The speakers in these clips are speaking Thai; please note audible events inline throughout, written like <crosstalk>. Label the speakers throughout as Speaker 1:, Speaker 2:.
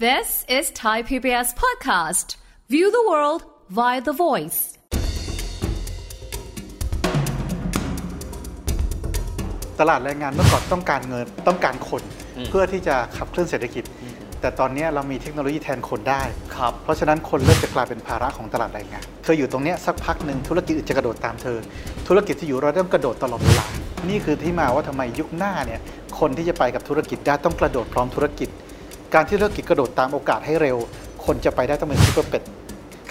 Speaker 1: This is Thai PBS podcast. View the world via the voice.
Speaker 2: ตลาดแรงงานเมื่อก่อนต้องการเงินต้องการคน เพื่อที่จะขับเคลื่อนเศรษฐกิจ แต่ตอนนี้เรามีเทคโนโลยีแทนคนได้
Speaker 3: ครับ
Speaker 2: เพราะฉะนั้นคนเริ่มจะกลายเป็นภาระของตลาดแรงงาน เธออยู่ตรงเนี้ยสักพักหนึ่งธุรกิจอื่นจะกระโดดตามเธอ ธุรกิจที่อยู่เราเริ่มกระโดดตลอดเวลา นี่คือที่มาว่าทำไมยุคหน้าเนี่ยคนที่จะไปกับธุรกิจได้ต้องกระโดดพร้อมธุรกิจ การที่ธุรกิจกระโดดตามโอกาสให้เร็ว คนจะไปได้ต้องเป็นซูเปอร์เป็ด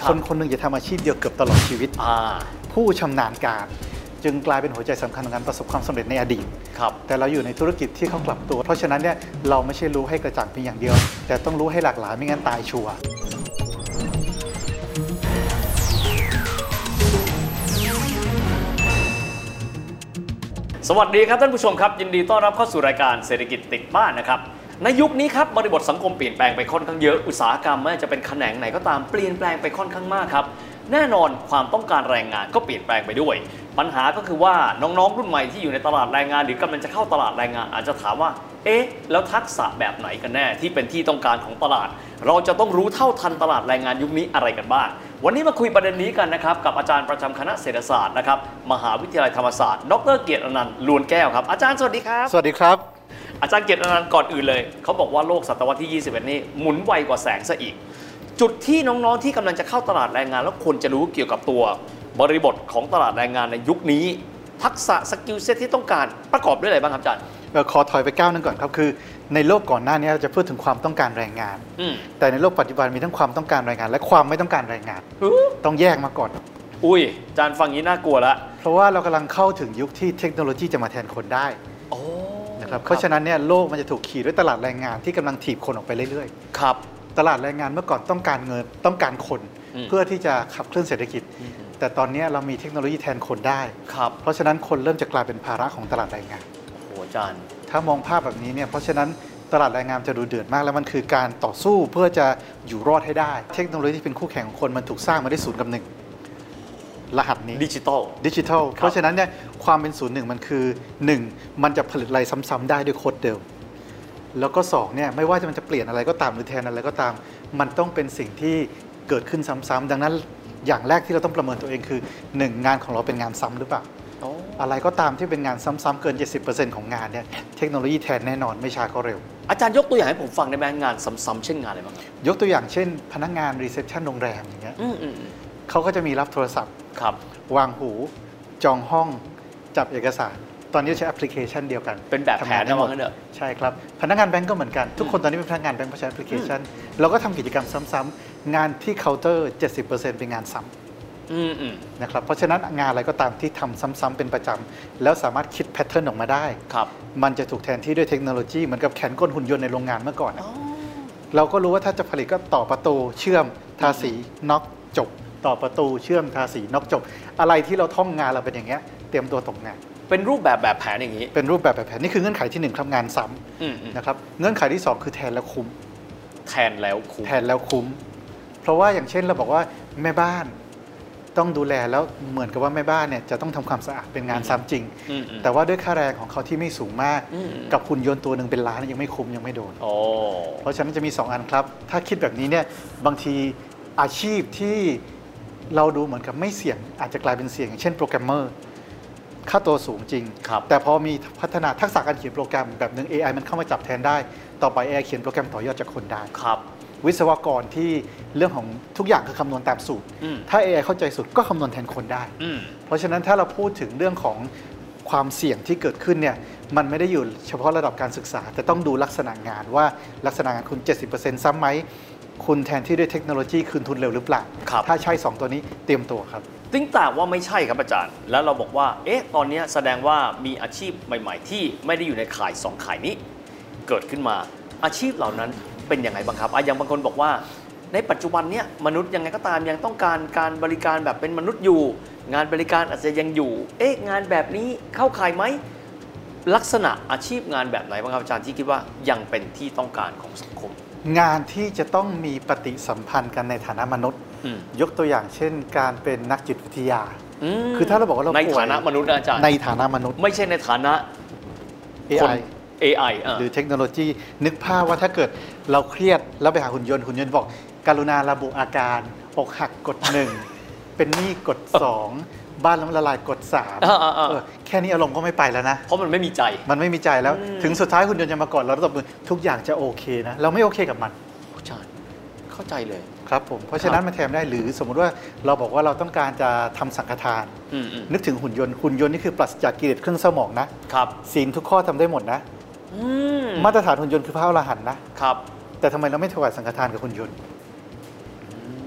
Speaker 3: ครั
Speaker 2: ค
Speaker 3: บ
Speaker 2: นคนหนึ่งจะทำอาชีพเดียวเกือบตลอดชีวิต
Speaker 3: อ่า
Speaker 2: ผู้ชำนาญการ จึงกลายเป็นหัวใจสำคัญของการประสบความสำเร็จในอดีต
Speaker 3: ครับ
Speaker 2: แต่เราอยู่ในธุรกิจที่เขากลับตัว เพราะฉะนั้นเนี่ยเราไม่ใช่รู้ให้กระจ่างเพียงอย่างเดียว แต่ต้องรู้ให้หลากหลายไม่งั้นตายชัวร์
Speaker 3: สวัสดีครับท่านผู้ชมครับ ยินดีต้อนรับเข้าสู่รายการเศรษฐกิจติดบ้านนะครับ ในยุคนี้ครับบริบทสังคมเปลี่ยนแปลงไปค่อนข้างเยอะอุตสาหกรรมไม่ว่าจะเป็นแขนงไหนก็ตามเปลี่ยนแปลงไปค่อนข้างมากครับ แน่นอนความต้องการแรงงานก็เปลี่ยนแปลงไปด้วย ปัญหาก็คือว่าน้องๆ รุ่นใหม่ที่อยู่ในตลาดแรงงาน หรือกำลังจะเข้าตลาดแรงงาน อาจจะถามว่า เอ๊ะ แล้วทักษะแบบไหนกันแน่ที่เป็นที่ต้องการของตลาด เราจะต้องรู้เท่าทันตลาดแรงงานยุคนี้อะไรกันบ้าง วันนี้มาคุยประเด็นนี้กันนะครับกับอาจารย์ประจำคณะเศรษฐศาสตร์นะครับมหาวิทยาลัยธรรมศาสตร์ ดรเกียรติอนันต์ลวนแก้วครับอาจารย์สวัสดีครับ
Speaker 2: สวัสดีครับ
Speaker 3: อาจารย์เกียรติอนันต์ก่อนอื่นเลย เขาบอกว่าโลกศตวรรษที่ 21 นี่หมุนไวกว่าแสงซะอีก จุดที่น้องๆที่กำลังจะเข้าตลาดแรงงาน แล้วควรจะรู้เกี่ยวกับตัว บริบทของตลาดแรงงานในยุคนี้ ทักษะสกิลเซ็ตที่ต้องการประกอบด้วยอะไรบ้างครับอาจารย์
Speaker 2: เอ่อขอถอยไปก้าวหนึงก่อนครับคือ ในโลกก่อนหน้านี้เราจะพูดถึงความต้องการแรงงาน
Speaker 3: อืม
Speaker 2: แต่ในโลกปัจจุบันมีทั้งความต้องการแรงงาน และความไม่ต้องการแรงงาน ต้องแยกมาก่อน
Speaker 3: อุ้ยอาจารย์ฟังนี้น่ากลัวละ
Speaker 2: เพราะว่าเรากำลังเข้าถึงยุคที่เทคโนโลยีจะมาแทนคนได้
Speaker 3: โอ้
Speaker 2: นะครับเพราะฉะนั้นเนี่ยโลกมันจะถูกขี่ด้วยตลาดแรงงานที่กำลังถีบคนออกไปเรื่อย
Speaker 3: ครับ
Speaker 2: ๆ ตลาดแรงงานเมื่อก่อนต้องการเงินต้องการคน
Speaker 3: อืม
Speaker 2: เพื่อที่จะขับเคลื่อนเศรษฐกิจ แต่ตอนนี้เรามีเทคโนโลยีแทนคนได้
Speaker 3: ครับ
Speaker 2: เพราะฉะนั้นคนเริ่มจะกลายเป็นภาระของตลาดแรงงาน
Speaker 3: โอ้โหอาจารย์
Speaker 2: ถ้ามองภาพแบบนี้เนี่ย เพราะฉะนั้นตลาดแรงงานจะดูเดือดมาก แล้วมันคือการต่อสู้เพื่อจะอยู่รอดให้ได้ เทคโนโลยีที่เป็นคู่แข่งของคนมันถูกสร้างมาได้วยศูนย์กับหนึ่งรหัสนี้
Speaker 3: ดิจิตอล
Speaker 2: ดิจิทัล
Speaker 3: ครับ
Speaker 2: เพราะฉะนั้นเนี่ยความเป็นศูนย์หนึ่งมันคือหนึ่งมันจะผลิตอะไรซ้ำๆได้ด้วยโค้ดเดิม แล้วก็สองเนี่ยไม่ว่าจะมันจะเปลี่ยนอะไรก็ตามหรือแทนอะไรก็ตาม มันต้องเป็นสิ่งที่เกิดขึ้นซ้ำๆดังนั้นอย่างแรกที่เราต้องประเมินตัวเองคือหนึ่งงานของเราเป็นงานซ้ำหรือเปล่า
Speaker 3: โอ้
Speaker 2: อะไรก็ตามที่เป็นงานซ้ำๆเกิน 70%ของงานเนี่ยเทคโนโลยีแทนแน่นอนไม่ช้าก็เร็ว
Speaker 3: อาจารย์ยกตัวอย่างให้ผมฟังได้ไหมงานซ้ำๆเช่นงานอะไรบ้างครับ
Speaker 2: ยกตัวอย่างเช่น พนักงานรีเซพชันโรงแรมอย่างเงี้ย
Speaker 3: อืมอืมอืม
Speaker 2: เขาก็จะมีรับโทรศัพท์
Speaker 3: ครับ
Speaker 2: วางหู จองห้อง จับเอกสาร ตอนนี้ใช้แอปพลิเคชันเดียวกัน
Speaker 3: เป็นแบบแผน
Speaker 2: ทำงาได้หม
Speaker 3: นะว่างั้นเถอะ
Speaker 2: ใช่ครับ พนักงานแบงก์ก็เหมือนกันทุกคนตอนนี้เป็นพนักงานแบงก์เพราะใช้แอปพลิเคชันเราก็ทำกิจกรรมซ้ำๆงานที่เคาน์เตอร์ 70%เป็นงานซ้ำ
Speaker 3: อืมอืม
Speaker 2: นะครับเพราะฉะนั้นงานอะไรก็ตามที่ทำซ้ำๆเป็นประจำแล้วสามารถคิดแพทเทิร์นออกมาได้
Speaker 3: ครับ
Speaker 2: มันจะถูกแทนที่ด้วยเทคโนโลยีเหมือนกับแขนกลหุ่นยนต์ในโรงงานเมื่อก่อนอะเราก็รู้ว่าถ้าจะผลิตก็ต่อประตู เชื่อม ทาสีน็อกจบ ต่อประตูเชื่อมทาสีน็อกจบ อะไรที่เราท่องงานเราเป็นอย่างเงี้ยเตรียมตัวตกงาน
Speaker 3: เป็นรูปแบบแบบแผนอย่างนี้
Speaker 2: เป็นรูปแบบแบบแผนนี่คือเงื่อนไขที่หนึ่งทำงานซ้
Speaker 3: อืมอืม
Speaker 2: ำนะครับเงื่อนไขที่สองคือแทนแล้วคุ้ม
Speaker 3: แทนแล้วครู
Speaker 2: แทนแล้วคุ้ม เพราะว่าอย่างเช่นเราบอกว่าแม่บ้านต้องดูแลแล้วเหมือนกับว่าแม่บ้านเนี่ยจะต้องทำความสะอาดเป็นงานซ้ำจริง
Speaker 3: อืมอืม
Speaker 2: แต่ว่าด้วยค่าแรงของเขาที่ไม่สูงมาก
Speaker 3: อืม
Speaker 2: กับหุ่นยนต์ตัวหนึ่งเป็นล้านยังไม่คุ้มยังไม่โดน
Speaker 3: โอ้
Speaker 2: เพราะฉะนั้นจะมี 2 อันครับ ถ้าคิดแบบนี้เนี่ยบางทีอาชีพที่เราดูเหมือนกับไม่เสี่ยง อาจจะกลายเป็นเสี่ยงอย่างเช่นโปรแกรมเมอร์ค่าตัวสูงจริง
Speaker 3: ครับ
Speaker 2: แต่พอมีพัฒนาทักษะการเขียนโปรแกรมแบบหนึ่ง AI มันเข้ามาจับแทนได้ ต่อไป AI เขียนโปรแกรมต่อยอดจากคนได้
Speaker 3: ครับ
Speaker 2: วิศวกรที่เรื่องของทุกอย่างคือคำนวณตามสูตร
Speaker 3: อืม
Speaker 2: ถ้า AI เข้าใจสูตรก็คำนวณแทนคนได้
Speaker 3: อืม
Speaker 2: เพราะฉะนั้นถ้าเราพูดถึงเรื่องของความเสี่ยงที่เกิดขึ้นเนี่ยมันไม่ได้อยู่เฉพาะระดับการศึกษา แต่ต้องดูลักษณะงานว่าลักษณะงานคุณ 70%ซ้ำไหม คุณแทนที่ด้วยเทคโนโลยีคืนทุนเร็วหรือเปล่า
Speaker 3: ครับ
Speaker 2: ถ้าใช่ 2 ตัวนี้เตรียมตัวครับ
Speaker 3: ติ้งต่างว่าไม่ใช่ครับอาจารย์ แล้วเราบอกว่า เอ๊ะ ตอนเนี้ยแสดงว่ามีอาชีพใหม่ ๆ ที่ไม่ได้อยู่ในข่ายสองข่ายนี้ เกิดขึ้นมาอาชีพเหล่านั้นเป็นยังไงบ้างครับอ่ะอย่างบางคนบอกว่า ในปัจจุบันเนี่ยมนุษย์ยังไงก็ตามยังต้องการการบริการแบบเป็นมนุษย์อยู่ งานบริการอาจจะยังอยู่ เอ๊ะงานแบบนี้เข้าข่ายไหมลักษณะอาชีพงานแบบไหนบ้างครับอาจารย์ที่คิดว่ายังเป็นที่ต้องการของสังคม
Speaker 2: งานที่จะต้องมีปฏิสัมพันธ์กันในฐานะมนุษย์
Speaker 3: อืม
Speaker 2: ยกตัวอย่างเช่น การเป็นนักจิตวิทยา
Speaker 3: ม
Speaker 2: คือถ้าเราบอกว่าเรา
Speaker 3: ใน
Speaker 2: ป่วย
Speaker 3: ฐานะมนุษย์นะอาจารย์
Speaker 2: ในฐานะมนุษย์
Speaker 3: ไม่ใช่ในฐานะคน
Speaker 2: AI
Speaker 3: AI อ่ะ
Speaker 2: หรือเทคโนโลยีนึกภาพว่าถ้าเกิด เราเครียดแล้วไปหาหุ่นยนต์หุ่นยนต์บอกการุณาระบุอาการอกหักกด
Speaker 3: <laughs>
Speaker 2: หนึ่งเป็นหนี้กดสองบ้านล้มละลายกดสาม
Speaker 3: อ่าๆๆ
Speaker 2: เออแค่นี้อารมณ์ก็ไม่ไปแล้วนะ
Speaker 3: เพราะมันไม่มีใจ
Speaker 2: มันไม่มีใจแล้ว
Speaker 3: อืม
Speaker 2: ถึงสุดท้ายหุ่นยนต์จะมากอดเราแล้วตบมือทุกอย่างจะโอเคนะ เราไม่โอเคกับมัน
Speaker 3: อาจารย์เข้าใจเลย
Speaker 2: ครับผม เพราะฉะนั้นมันแทนได้หรือสมมุติว่าเราบอกว่าเราต้องการจะทำสังฆทาน
Speaker 3: อืมอืม
Speaker 2: นึกถึงหุ่นยนต์หุ่นยนต์นี่คือปราศจากกิเลสเครื่องสมองนะครับ ศีลทุกข้อทำได้หมดนะ
Speaker 3: อืม
Speaker 2: มาตรฐานหุ่นยนต์คือพระอรหันต์นะครับ แต่ทำไมเราไม่ถวายสังฆทานกับหุ่นยนต์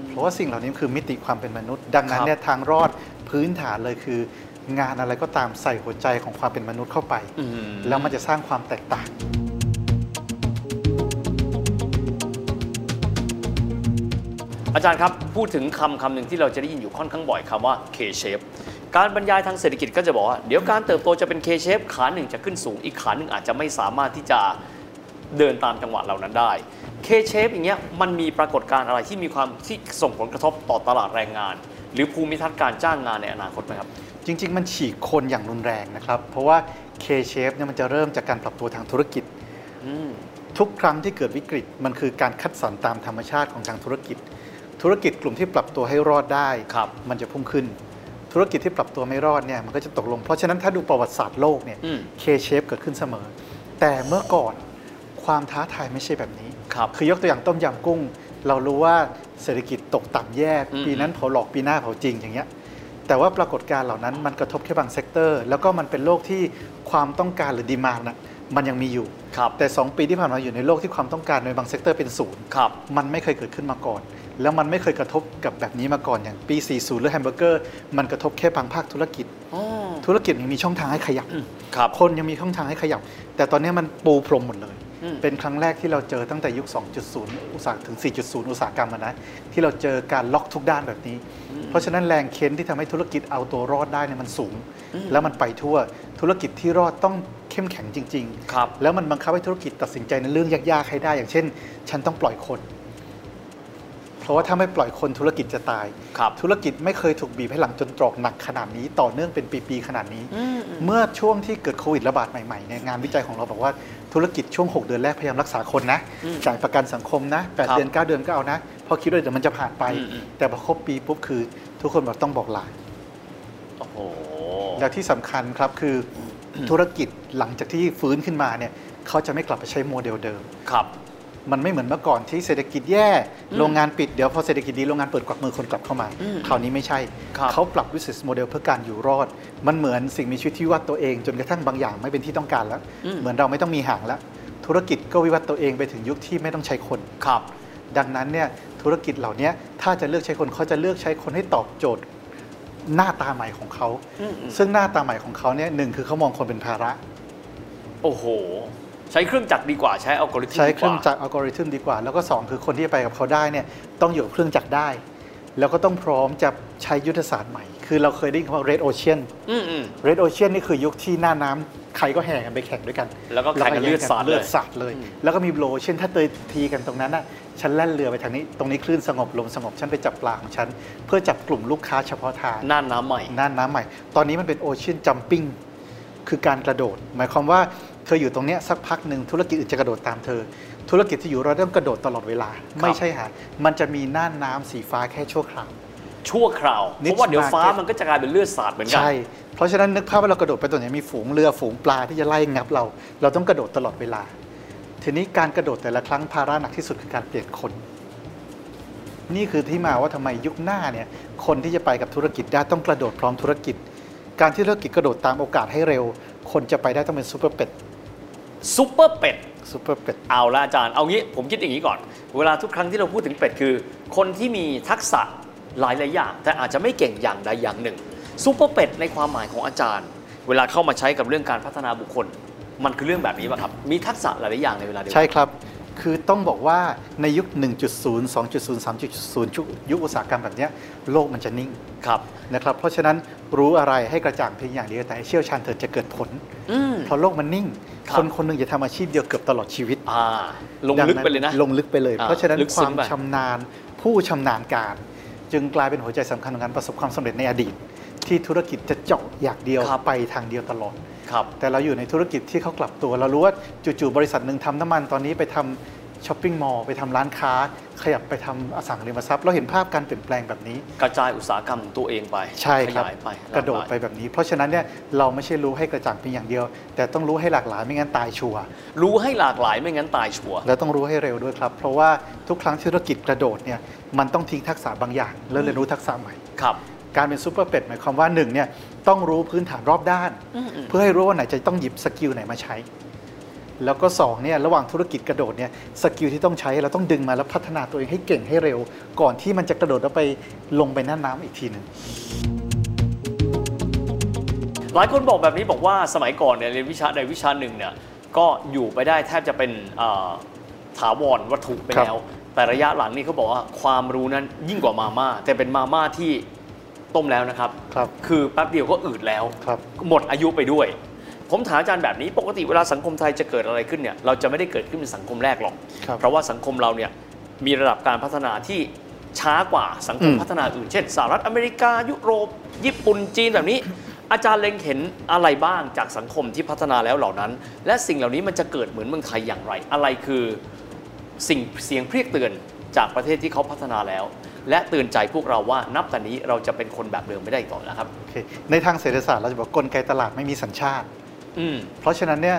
Speaker 2: เพราะว่าสิ่งเหล่านี้คือมิติความเป็นมนุษย์ ดังนั้น
Speaker 3: ครับ
Speaker 2: เนี่ยทางรอดพื้นฐานเลยคือ งานอะไรก็ตามใส่หัวใจของความเป็นมนุษย์เข้าไป
Speaker 3: อืม
Speaker 2: แล้วมันจะสร้างความแตกต่าง
Speaker 3: อาจารย์ครับ พูดถึงคำคำหนึ่งที่เราจะได้ยินอยู่ค่อนข้างบ่อยคำว่า K-shape การบรรยายทางเศรษฐกิจก็จะบอกว่า เดี๋ยวการเติบโตจะเป็น K-shape ขาหนึ่งจะขึ้นสูง อีกขาหนึ่งอาจจะไม่สามารถที่จะเดินตามจังหวะเหล่านั้นได้ K-shape อย่างเงี้ยมันมีปรากฏการณ์อะไรที่มีความที่ส่งผลกระทบต่อตลาดแรงงาน หรือภูมิทัศน์การจ้างงานในอนาคตไหมครับ
Speaker 2: จริง ๆ มันฉีกคนอย่างรุนแรงนะครับ เพราะว่า K-shape เนี่ยมันจะเริ่มจากการปรับตัวทางธุรกิจ
Speaker 3: อืม
Speaker 2: ทุกครั้งที่เกิดวิกฤตมันคือการคัดสรรตามธรรมชาติของทางธุรกิจ ธุรกิจกลุ่มที่ปรับตัวให้รอดได้
Speaker 3: ครับ
Speaker 2: มันจะพุ่งขึ้น ธุรกิจที่ปรับตัวไม่รอดเนี่ยมันก็จะตกลง เพราะฉะนั้นถ้าดูประวัติศาสตร์โลกเนี่ย
Speaker 3: อืม
Speaker 2: K-shape เกิดขึ้นเสมอ แต่เมื่อก่อนความท้าทายไม่ใช่แบบนี้
Speaker 3: ครับ
Speaker 2: คือยกตัวอย่างต้มยำกุ้ง เรารู้ว่าเศรษฐกิจตกต่ำแย่
Speaker 3: อืม
Speaker 2: ปีนั้นเผาหลอกปีหน้าเผาจริงอย่างเงี้ยแต่ว่าปรากฏการณ์เหล่านั้นมันกระทบแค่บางเซกเตอร์ แล้วก็มันเป็นโลกที่ความต้องการหรือดีมานน่ะมันยังมีอยู่
Speaker 3: ครับ
Speaker 2: แต่ 2 ปีที่ผ่านมาอยู่ในโลกที่ความต้องการในบางเซกเตอร์เป็นศูนย์
Speaker 3: ครับ
Speaker 2: มันไม่เคยเกิดขึ้นมาก่อน แล้วมันไม่เคยกระทบกับแบบนี้มาก่อนอย่างปี 40 หรือแฮมเบอร์เกอร์มันกระทบแค่บางภาคธุรกิจ ธุรกิจยังมีช่องทางให้ขยับ
Speaker 3: ครับ
Speaker 2: คนยังมีช่องทางให้ขยับ แต่ตอนนี้มันปูพรมหมดเลย
Speaker 3: อืม
Speaker 2: เป็นครั้งแรกที่เราเจอตั้งแต่ยุค 2.0 อุตสาหถึง 4.0 อุตสาหกรรมอะนะ ที่เราเจอการล็อกทุกด้านแบบนี้ เพราะฉะนั้นแรงเค้นที่ทำให้ธุรกิจเอาตัวรอดได้เนี่ยมันสูง แล้วมันไปทั่ว ธุรกิจที่รอดต้องเข้มแข็งจริง ๆ
Speaker 3: ครับ
Speaker 2: แล้วมันบังคับให้ธุรกิจตัดสินใจในเรื่องยากๆ ให้ได้ อย่างเช่น ฉันต้องปล่อยคน เพราะว่าถ้าไม่ปล่อยคนธุรกิจจะตาย
Speaker 3: ครับ
Speaker 2: ธุรกิจไม่เคยถูกบีบให้หลังจนตรอกหนักขนาดนี้ ต่อเนื่องเป็นปีๆขนาดนี้
Speaker 3: อืม
Speaker 2: เมื่อช่วงที่เกิดโควิดระบาดใหม่ๆเนี่ยงานวิจัยของเราบอกว่าธุรกิจช่วง 6 เดือนแรกพยายามรักษาคนนะจ่ายประกันสังคมนะ
Speaker 3: ครับ
Speaker 2: 8เดือน 9 เดือนก็เอานะเพราะคิดว่าเดี๋ยวมันจะผ่านไป
Speaker 3: อืม
Speaker 2: แต่พอครบปีปุ๊บคือทุกคนบอกต้องบอกลา
Speaker 3: โอ้โห
Speaker 2: แล้วที่สำคัญครับคือธุรกิจหลังจากที่ฟื้นขึ้นมาเนี่ยเขาจะไม่กลับไปใช้โมเดลเดิม
Speaker 3: ครับ
Speaker 2: มันไม่เหมือนเมื่อก่อนที่เศรษฐกิจแย่ โรงงานปิดเดี๋ยวพอเศรษฐกิจดีโรงงานเปิดกวักมือคนกลับเข้ามา
Speaker 3: อืม
Speaker 2: คราวนี้ไม่ใช่
Speaker 3: ครับ
Speaker 2: เขาปรับ business model เพื่อการอยู่รอด มันเหมือนสิ่งมีชีวิตที่วิวัดตัวเอง จนกระทั่งบางอย่างไม่เป็นที่ต้องการแล้ว เหมือนเราไม่ต้องมีหางแล้ว ธุรกิจก็วิวัฒน์ตัวเองไปถึงยุคที่ไม่ต้องใช้คน
Speaker 3: ครับ
Speaker 2: ดังนั้นเนี่ยธุรกิจเหล่านี้ถ้าจะเลือกใช้คนเขาจะเลือกใช้คนให้ตอบโจทย์หน้าตาใหม่ของเขา
Speaker 3: อืมอืม
Speaker 2: ซึ่งหน้าตาใหม่ของเขาเนี่ยหนึ่งคือเขามองคนเป็นภาระ
Speaker 3: โอ้โห ใช้เครื่องจักรดีกว่าใช้อัลกอริทึม
Speaker 2: ใช้
Speaker 3: ดีกว่า
Speaker 2: เครื่องจักรอัลกอริทึมดีกว่า แล้วก็ 2 คือคนที่จะไปกับเขาได้เนี่ยต้องอยู่กับเครื่องจักรได้ แล้วก็ต้องพร้อมจะใช้ยุทธศาสตร์ใหม่ คือเราเคยได้ยินคำว่า red ocean
Speaker 3: อืมอืม
Speaker 2: red ocean นี่คือยุคที่หน้าน้ำใครก็แห่กันไปแข่งด้วยกัน
Speaker 3: แล้วก็แข่งกันเลือดสาดเลย
Speaker 2: เลือดสาดเลย แล้วก็มี blue ocean ถ้าเตยทีกันตรงนั้นน่ะฉันแล่นเรือไปทางนี้ ตรงนี้คลื่นสงบลมสงบฉันไปจับปลาของฉัน เพื่อจับกลุ่มลูกค้าเฉพาะทาง
Speaker 3: น่านน้ำใหม่
Speaker 2: น่านน้ำใหม่ ตอนนี้มันเป็นโอเชียนจัมปิ้ง คือการกระโดด หมายความว่าเธออยู่ตรงเนี้ยสักพักหนึ่งธุรกิจอื่นจะกระโดดตามเธอ ธุรกิจที่อยู่เราเริ่มกระโดดตลอดเวลา ไม่ใช่หามันจะมีน่านน้ำสีฟ้าแค่ชั่วคราว
Speaker 3: ชั่วคราว เพ
Speaker 2: นิด
Speaker 3: ราะว่าเดี๋ยวฟ้า
Speaker 2: market
Speaker 3: มันก็จะกลายเป็นเลือดสาดเหมือนกัน
Speaker 2: ใช่ เพราะฉะนั้นนึกภาพว่าเรากระโดดไปตรงไหนมีฝูงเรือฝูงปลาที่จะไล่งับเรา เราต้องกระโดดตลอดเวลา ทีนี้การกระโดดแต่ละครั้งภาระหนักที่สุดคือการเปลี่ยนคน นี่คือที่มาว่าทำไมยุคหน้าเนี่ยคนที่จะไปกับธุรกิจได้ต้องกระโดดพร้อมธุรกิจ การที่ธุรกิจกระโดดตามโอกาสให้เร็ว คนจะไปได้ต้องเป็นซูเปอร์เป็ด
Speaker 3: ซุปเปอร์เป็ด
Speaker 2: ซูเปอร์เป็ด
Speaker 3: เอาละอาจารย์ เอางี้ผมคิดอย่างนี้ก่อน เวลาทุกครั้งที่เราพูดถึงเป็ดคือ คนที่มีทักษะหลายหลายๆอย่าง แต่อาจจะไม่เก่งอย่างใดอย่างหนึ่งซูเปอร์เป็ดในความหมายของอาจารย์ เวลาเข้ามาใช้กับเรื่องการพัฒนาบุคคล มันคือเรื่องแบบนี้ป่ะครับ มีทักษะหลายหลายๆอย่างในเวลาเดียวกั
Speaker 2: ใช่ครับ คือต้องบอกว่าในยุค 1.0 2.0 3.0ยุคยุคอุตสาหกรรมแบบเนี้ยโลกมันจะนิ่ง
Speaker 3: ครับ
Speaker 2: นะครับ เพราะฉะนั้นรู้อะไรให้กระจ่างเพียงอย่างเดียวแต่ให้เชี่ยวชาญเถิดจะเกิดผล
Speaker 3: อืม
Speaker 2: เพราะโลกมันนิ่ง
Speaker 3: ครั
Speaker 2: ค
Speaker 3: บ
Speaker 2: นคนหนึ่งจะทำอาชีพเดียวเกือบตลอดชีวิต
Speaker 3: อ่า ลงลึกไปเลยนะ
Speaker 2: ดังลงลึกไปเลย
Speaker 3: อ่า
Speaker 2: เพราะฉะนั้น
Speaker 3: ลึก
Speaker 2: ค
Speaker 3: ซึ้
Speaker 2: วาง ม
Speaker 3: ไป
Speaker 2: ชำนาญ ผู้ชำนาญการ จึงกลายเป็นหัวใจสำคัญของการประสบความสำเร็จในอดีต ที่ธุรกิจจะเจาะอย่างเดียวไปทางเดียวตลอด
Speaker 3: ครับ
Speaker 2: แต่เราอยู่ในธุรกิจที่เขากลับตัว เรารู้ว่าจู่ๆบริษัทหนึ่งทำน้ำมันตอนนี้ไปทำ ช้อปปิ้งมอลล์ไปทำร้านค้า ขยับไปทำอสังหาริมทรัพย์เราเห็นภาพการเปลี่ยนแปลงแบบนี้
Speaker 3: กระจายอุตสาหกรรมของตัวเองไป
Speaker 2: ใช่
Speaker 3: ข
Speaker 2: ครับ
Speaker 3: ยายไป
Speaker 2: กระโดดไปแบบนี้ เพราะฉะนั้นเนี่ยเราไม่ใช่รู้ให้กระจ่างเพียงอย่างเดียว แต่ต้องรู้ให้หลากหลายไม่งั้นตายชัวร์
Speaker 3: รู้ให้หลากหลายไม่งั้นตายชัวร์
Speaker 2: และต้องรู้ให้เร็วด้วยครับ เพราะว่าทุกครั้งที่ธุรกิจกระโดดเนี่ยมันต้องทิ้งทักษะบางอย่าง แล้วเรียนรู้ทักษะใหม่
Speaker 3: ครับ
Speaker 2: การเป็นซูเปอร์เป็ดหมายความว่าหนึ่งเนี่ยต้องรู้พื้นฐานรอบด้าน
Speaker 3: อืมอืม
Speaker 2: เพื่อให้รู้ว่าไหนจะต้องหยิบสกิลไหนมาใช้ แล้วก็สองเนี่ยระหว่างธุรกิจกระโดดเนี่ยสกิลที่ต้องใช้เราต้องดึงมาแล้วพัฒนาตัวเองให้เก่งให้เร็ว ก่อนที่มันจะกระโดดแล้วไปลงไปหน้าน้ำอีกทีหนึ่ง
Speaker 3: หลายคนบอกแบบนี้บอกว่าสมัยก่อนเนี่ยเรียนวิชาใดวิชาหนึ่งเนี่ยก็อยู่ไปได้แทบจะเป็นเอ่อถาวรวัตถุไป
Speaker 2: ครับ
Speaker 3: แล้ว แต่ระยะหลังนี่เขาบอกว่าความรู้นั้นยิ่งกว่ามาม่าแต่เป็นมาม่าที่ต้มแล้วนะครับ
Speaker 2: ครับ
Speaker 3: คือแป๊บเดียวก็อืดแล้ว
Speaker 2: ครับ
Speaker 3: หมดอายุไปด้วย ผมถามอาจารย์แบบนี้ปกติเวลาสังคมไทยจะเกิดอะไรขึ้นเนี่ยเราจะไม่ได้เกิดขึ้นเป็นสังคมแรกหรอก
Speaker 2: ครับ
Speaker 3: เพราะว่าสังคมเราเนี่ยมีระดับการพัฒนาที่ช้ากว่าสังคม
Speaker 2: อืม
Speaker 3: พัฒนาอื่น เช่นสหรัฐอเมริกา ยุโรป ญี่ปุ่นจีนแบบนี้ อาจารย์เล็งเห็นอะไรบ้างจากสังคมที่พัฒนาแล้วเหล่านั้น และสิ่งเหล่านี้มันจะเกิดเหมือนเมืองไทยอย่างไร อะไรคือสิ่งเสียงเพรียกเตือนจากประเทศที่เขาพัฒนาแล้ว และเตือนใจพวกเราว่านับแต่นี้เราจะเป็นคนแบบเดิมไม่ได้อีกต่อแล้วครับ
Speaker 2: โอเคในทางเศรษฐศาสตร์เราจะบอกกลไกตลาดไม่มีสัญชาติ
Speaker 3: อืม
Speaker 2: เพราะฉะนั้นเนี่ย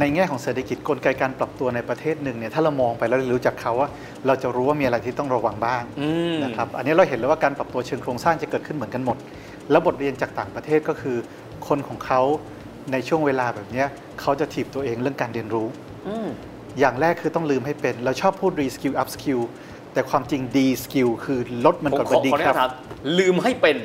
Speaker 2: ในแง่ของเศรษฐกิจกลไกการปรับตัวในประเทศหนึ่งเนี่ยถ้าเรามองไปแล้วเรียนรู้จากเขาว่าเราจะรู้ว่ามีอะไรที่ต้องระวังบ้าง
Speaker 3: อืม
Speaker 2: นะครับอันนี้เราเห็นแล้วว่าการปรับตัวเชิงโครงสร้างจะเกิดขึ้นเหมือนกันหมด แล้วบทเรียนจากต่างประเทศก็คือ คนของเขาในช่วงเวลาแบบเนี้ยเขาจะถีบตัวเองเรื่องการเรียนรู้
Speaker 3: อืม
Speaker 2: อย่างแรกคือต้องลืมให้เป็น เราชอบพูด re skill up skill แต่ความจริง d skill คือลดมัน
Speaker 3: ผม
Speaker 2: ก่อน
Speaker 3: ขอ
Speaker 2: เป็นดี
Speaker 3: ขออนุ
Speaker 2: ค
Speaker 3: ญา
Speaker 2: รับ
Speaker 3: ตถามลืมให้เป็น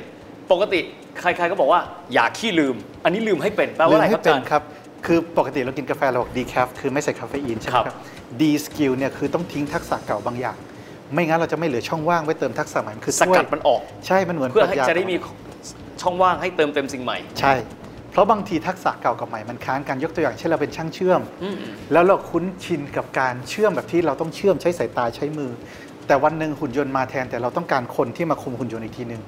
Speaker 3: ปกติใคร ๆก็บอกว่า อย่าขี้ลืม อันนี้ลืมให้เป็นแปลว่าอะไรครับอา
Speaker 2: ลื
Speaker 3: จาม รย์
Speaker 2: ให้เป็นครับ คือปกติเรากินกาแฟเราบอกดีแคฟคือไม่ใส่คาเฟอีนใช่ไหม
Speaker 3: ค
Speaker 2: ค
Speaker 3: รั
Speaker 2: รับ บดีสกิลเนี่ยคือต้องทิ้งทักษะเก่าบางอย่าง ไม่งั้นเราจะไม่เหลือช่องว่างไว้เติมทักษะใหม่มันคือ
Speaker 3: สกัดมันออก
Speaker 2: ใช่มันเหมือน
Speaker 3: เพื่อให้
Speaker 2: ปรัชญา
Speaker 3: จะได้มีช่องว่างให้เติมเต็มสิ่งใหม่
Speaker 2: ใช่ เพราะบางทีทักษะเก่ากับใหม่มันค้านกันยกตัวอย่างเช่นเราเป็นช่างเชื่อม
Speaker 3: อืม
Speaker 2: แล้วเราคุ้นชินกับการเชื่อมแบบที่เราต้องเชื่อมใช้สายตาใช้มือ แต่วันหนึ่งหุ่นยนต์มาแทนแต่เราต้องการคนที่มาคุมหุ่นยนต์อีกทีหนึ่ง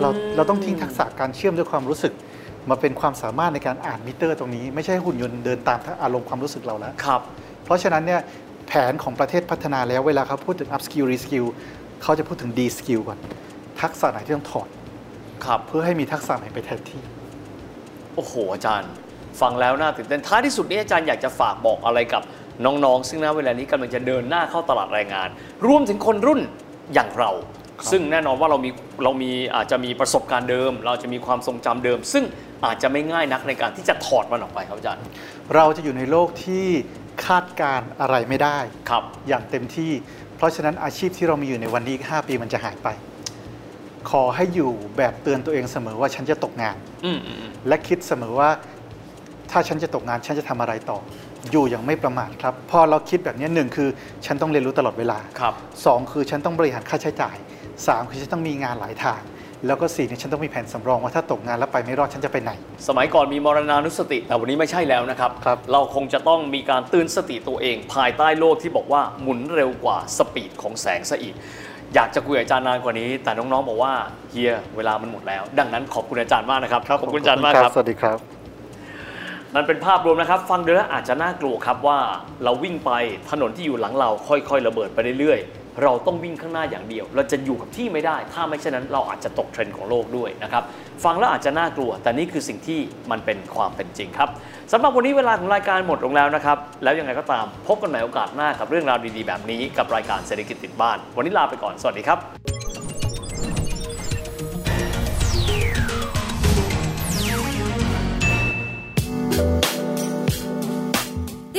Speaker 2: เราเราต้องทิ้งทักษะการเชื่อมด้วยความรู้สึก มาเป็นความสามารถในการอ่านมิเตอร์ตรงนี้ ไม่ใช่ให้หุ่นยนต์เดินตามอารมณ์ความรู้สึกเราแล้ว
Speaker 3: ครับ
Speaker 2: เพราะฉะนั้นเนี่ยแผนของประเทศพัฒนาแล้วเวลาเขาพูดถึง up skill re skill เขาจะพูดถึง d skill ก่อนทักษะไหนที่ต้องถอด
Speaker 3: ครับ
Speaker 2: เพื่อให้มีทักษะใหม่ไปแทนที่
Speaker 3: โอ้โห อาจารย์ ฟังแล้วน่าตื่นเต้นท้ายที่สุดนี้อาจารย์อยากจะฝากบอกอะไรกับน้องๆ ซึ่งณเวลานี้กำลังจะเดินหน้าเข้าตลาดแรงงาน รวมถึงคนรุ่นอย่างเรา
Speaker 2: ครับ
Speaker 3: ซึ่งแน่นอนว่าเรามีเรามีอาจจะมีประสบการณ์เดิม เราจะมีความทรงจำเดิม ซึ่งอาจจะไม่ง่ายนักในการที่จะถอดมันออกไปครับอาจารย์
Speaker 2: เราจะอยู่ในโลกที่คาดการณ์อะไรไม่ได้
Speaker 3: ครับ
Speaker 2: อย่างเต็มที่ เพราะฉะนั้นอาชีพที่เรามีอยู่ในวันนี้อีก5ปีมันจะหายไป ขอให้อยู่แบบเตือนตัวเองเสมอว่าฉันจะตกงาน
Speaker 3: อืมอืมอืม
Speaker 2: และคิดเสมอว่าถ้าฉันจะตกงานฉันจะทำอะไรต่อ อยู่อย่างไม่ประมาทครับ พอเราคิดแบบนี้หนึ่งคือฉันต้องเรียนรู้ตลอดเวลา
Speaker 3: ครับ
Speaker 2: สองคือฉันต้องบริหารค่าใช้จ่ายสามคือฉันต้องมีงานหลายทาง แล้วก็สี่เนี่ยฉันต้องมีแผนสำรองว่าถ้าตกงานแล้วไปไม่รอดฉันจะไปไหน
Speaker 3: สมัยก่อนมีมรณานุสติ แต่วันนี้ไม่ใช่แล้วนะครับ
Speaker 2: ครับ
Speaker 3: เราคงจะต้องมีการตื่นสติตัวเอง ภายใต้โลกที่บอกว่าหมุนเร็วกว่าสปีดของแสงซะอีก อยากจะคุยกับอาจารย์นานกว่านี้ แต่น้องๆบอกว่าเฮียเวลามันหมดแล้ว ดังนั้นขอบคุณอาจารย์มากนะครับขอบคุณอาจารย์มากครับ
Speaker 2: สวัสดีครับ
Speaker 3: นั่นเป็นภาพรวมนะครับ ฟังดูแล้วอาจจะน่ากลัวครับว่าเราวิ่งไปถนนที่อยู่หลังเราค่อยๆ ระเบิดไปเรื่อยๆ เราต้องวิ่งข้างหน้าอย่างเดียว เราจะอยู่กับที่ไม่ได้ ถ้าไม่เช่นนั้นเราอาจจะตกเทรนด์ของโลกด้วยนะครับ ฟังแล้วอาจจะน่ากลัว แต่นี่คือสิ่งที่มันเป็นความเป็นจริงครับสำหรับวันนี้เวลาของรายการหมดลงแล้วนะครับ แล้วยังไงก็ตามพบกันใหม่โอกาสหน้ากับเรื่องราวดีๆ แบบนี้กับรายการเศรษฐกิจติดบ้าน วันนี้ลาไปก่อนสวัสดีครับ
Speaker 4: ต